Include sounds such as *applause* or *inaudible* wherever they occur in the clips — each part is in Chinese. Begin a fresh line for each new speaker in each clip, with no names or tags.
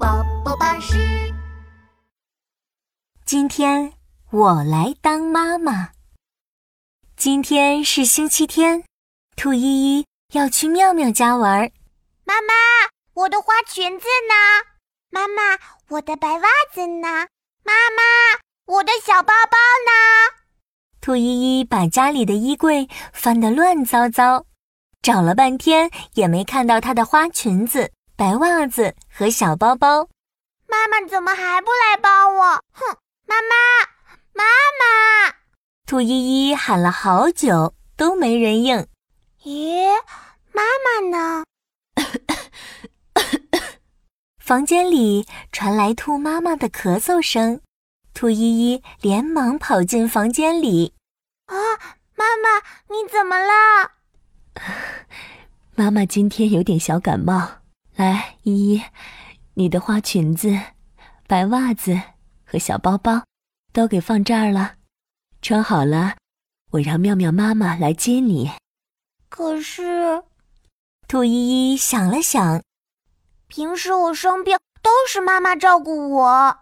巴士。
今天我来当妈妈。今天是星期天，兔依依要去妙妙家玩儿。
妈妈，我的花裙子呢？妈妈，我的白袜子呢？妈妈，我的小包包呢？
兔依依把家里的衣柜翻得乱糟糟，找了半天也没看到她的花裙子、白袜子和小包包。
妈妈怎么还不来帮我？哼！妈妈，妈妈！
兔依依喊了好久都没人应。
咦，妈妈呢？
房间里传来兔妈妈的咳嗽声，兔依依连忙跑进房间里。
啊，妈妈，你怎么了？
妈妈今天有点小感冒，来，依依，你的花裙子、白袜子和小包包都给放这儿了，穿好了，我让妙妙妈妈来接你。
可是
兔依依想了想，
平时我生病都是妈妈照顾我，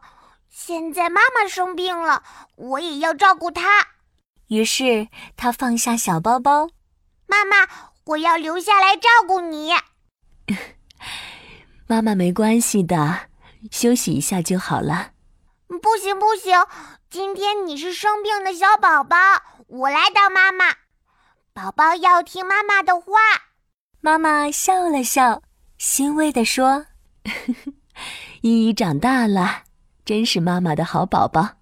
现在妈妈生病了，我也要照顾她。
于是她放下小包包。
妈妈，我要留下来照顾你。
妈妈没关系的，休息一下就好了。
不行不行，今天你是生病的小宝宝，我来当妈妈。宝宝要听妈妈的话。
妈妈笑了笑，欣慰地说
*laughs* 依依长大了，真是妈妈的好宝宝。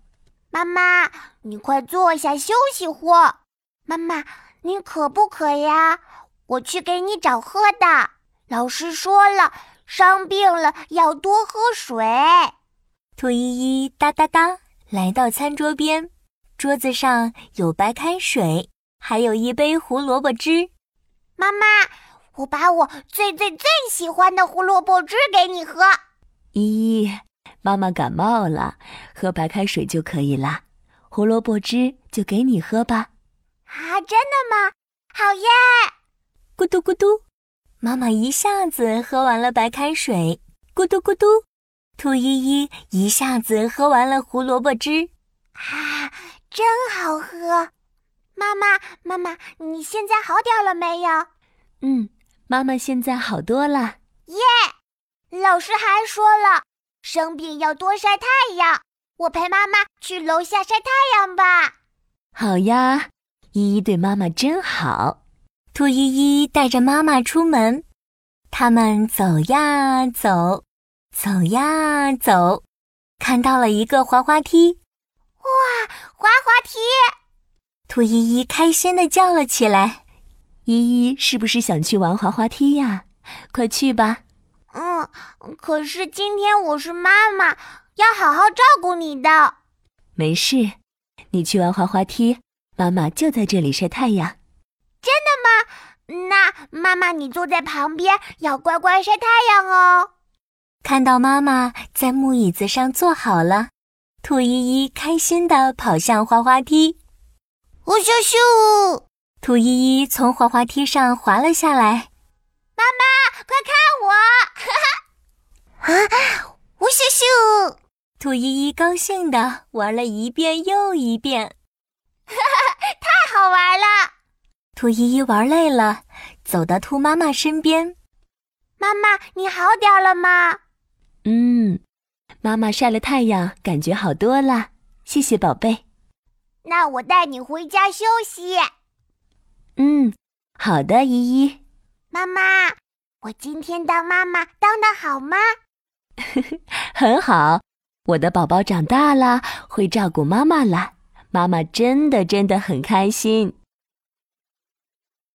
妈妈，你快坐下休息会儿。妈妈，你渴不渴呀？我去给你找喝的。老师说了，生病了要多喝水。：“
兔依依哒哒哒来到餐桌边，桌子上有白开水，还有一杯胡萝卜汁。
妈妈，我把我最最最喜欢的胡萝卜汁给你喝。
依依，妈妈感冒了，喝白开水就可以了，胡萝卜汁就给你喝吧。
啊，真的吗？好耶！”
咕嘟咕嘟，妈妈一下子喝完了白开水。咕嘟咕嘟，兔依依一下子喝完了胡萝卜汁。
啊，真好喝！妈妈，妈妈，你现在好点了没有？
嗯，妈妈现在好多了。
老师还说了，生病要多晒太阳。我陪妈妈去楼下晒太阳吧。
好呀，依依对妈妈真好。
兔依依带着妈妈出门，他们走呀走，走呀走，看到了一个滑滑梯，
滑滑梯，
兔依依开心地叫了起来。
依依是不是想去玩滑滑梯呀？快去吧。
嗯，可是今天我是妈妈，要好好照顾你的。
没事，你去玩滑滑梯，妈妈就在这里晒太阳。
那妈妈，你坐在旁边，要乖乖晒太阳哦。
看到妈妈在木椅子上坐好了，兔依依开心地跑向滑滑梯。
呜咻咻，
兔依依从滑滑梯上滑了下来，
快看我！哈哈，呜咻咻。
兔依依高兴地玩了一遍又一遍。
好玩了。
兔依依玩累了，走到兔妈妈身边。
妈妈，你好点了吗？
嗯，妈妈晒了太阳，感觉好多了。谢谢宝贝。
那我带你回家休息。
嗯，好的，依依。
妈妈，我今天当妈妈当的好吗？
很好，我的宝宝长大了，会照顾妈妈了，妈妈真的真的很开心。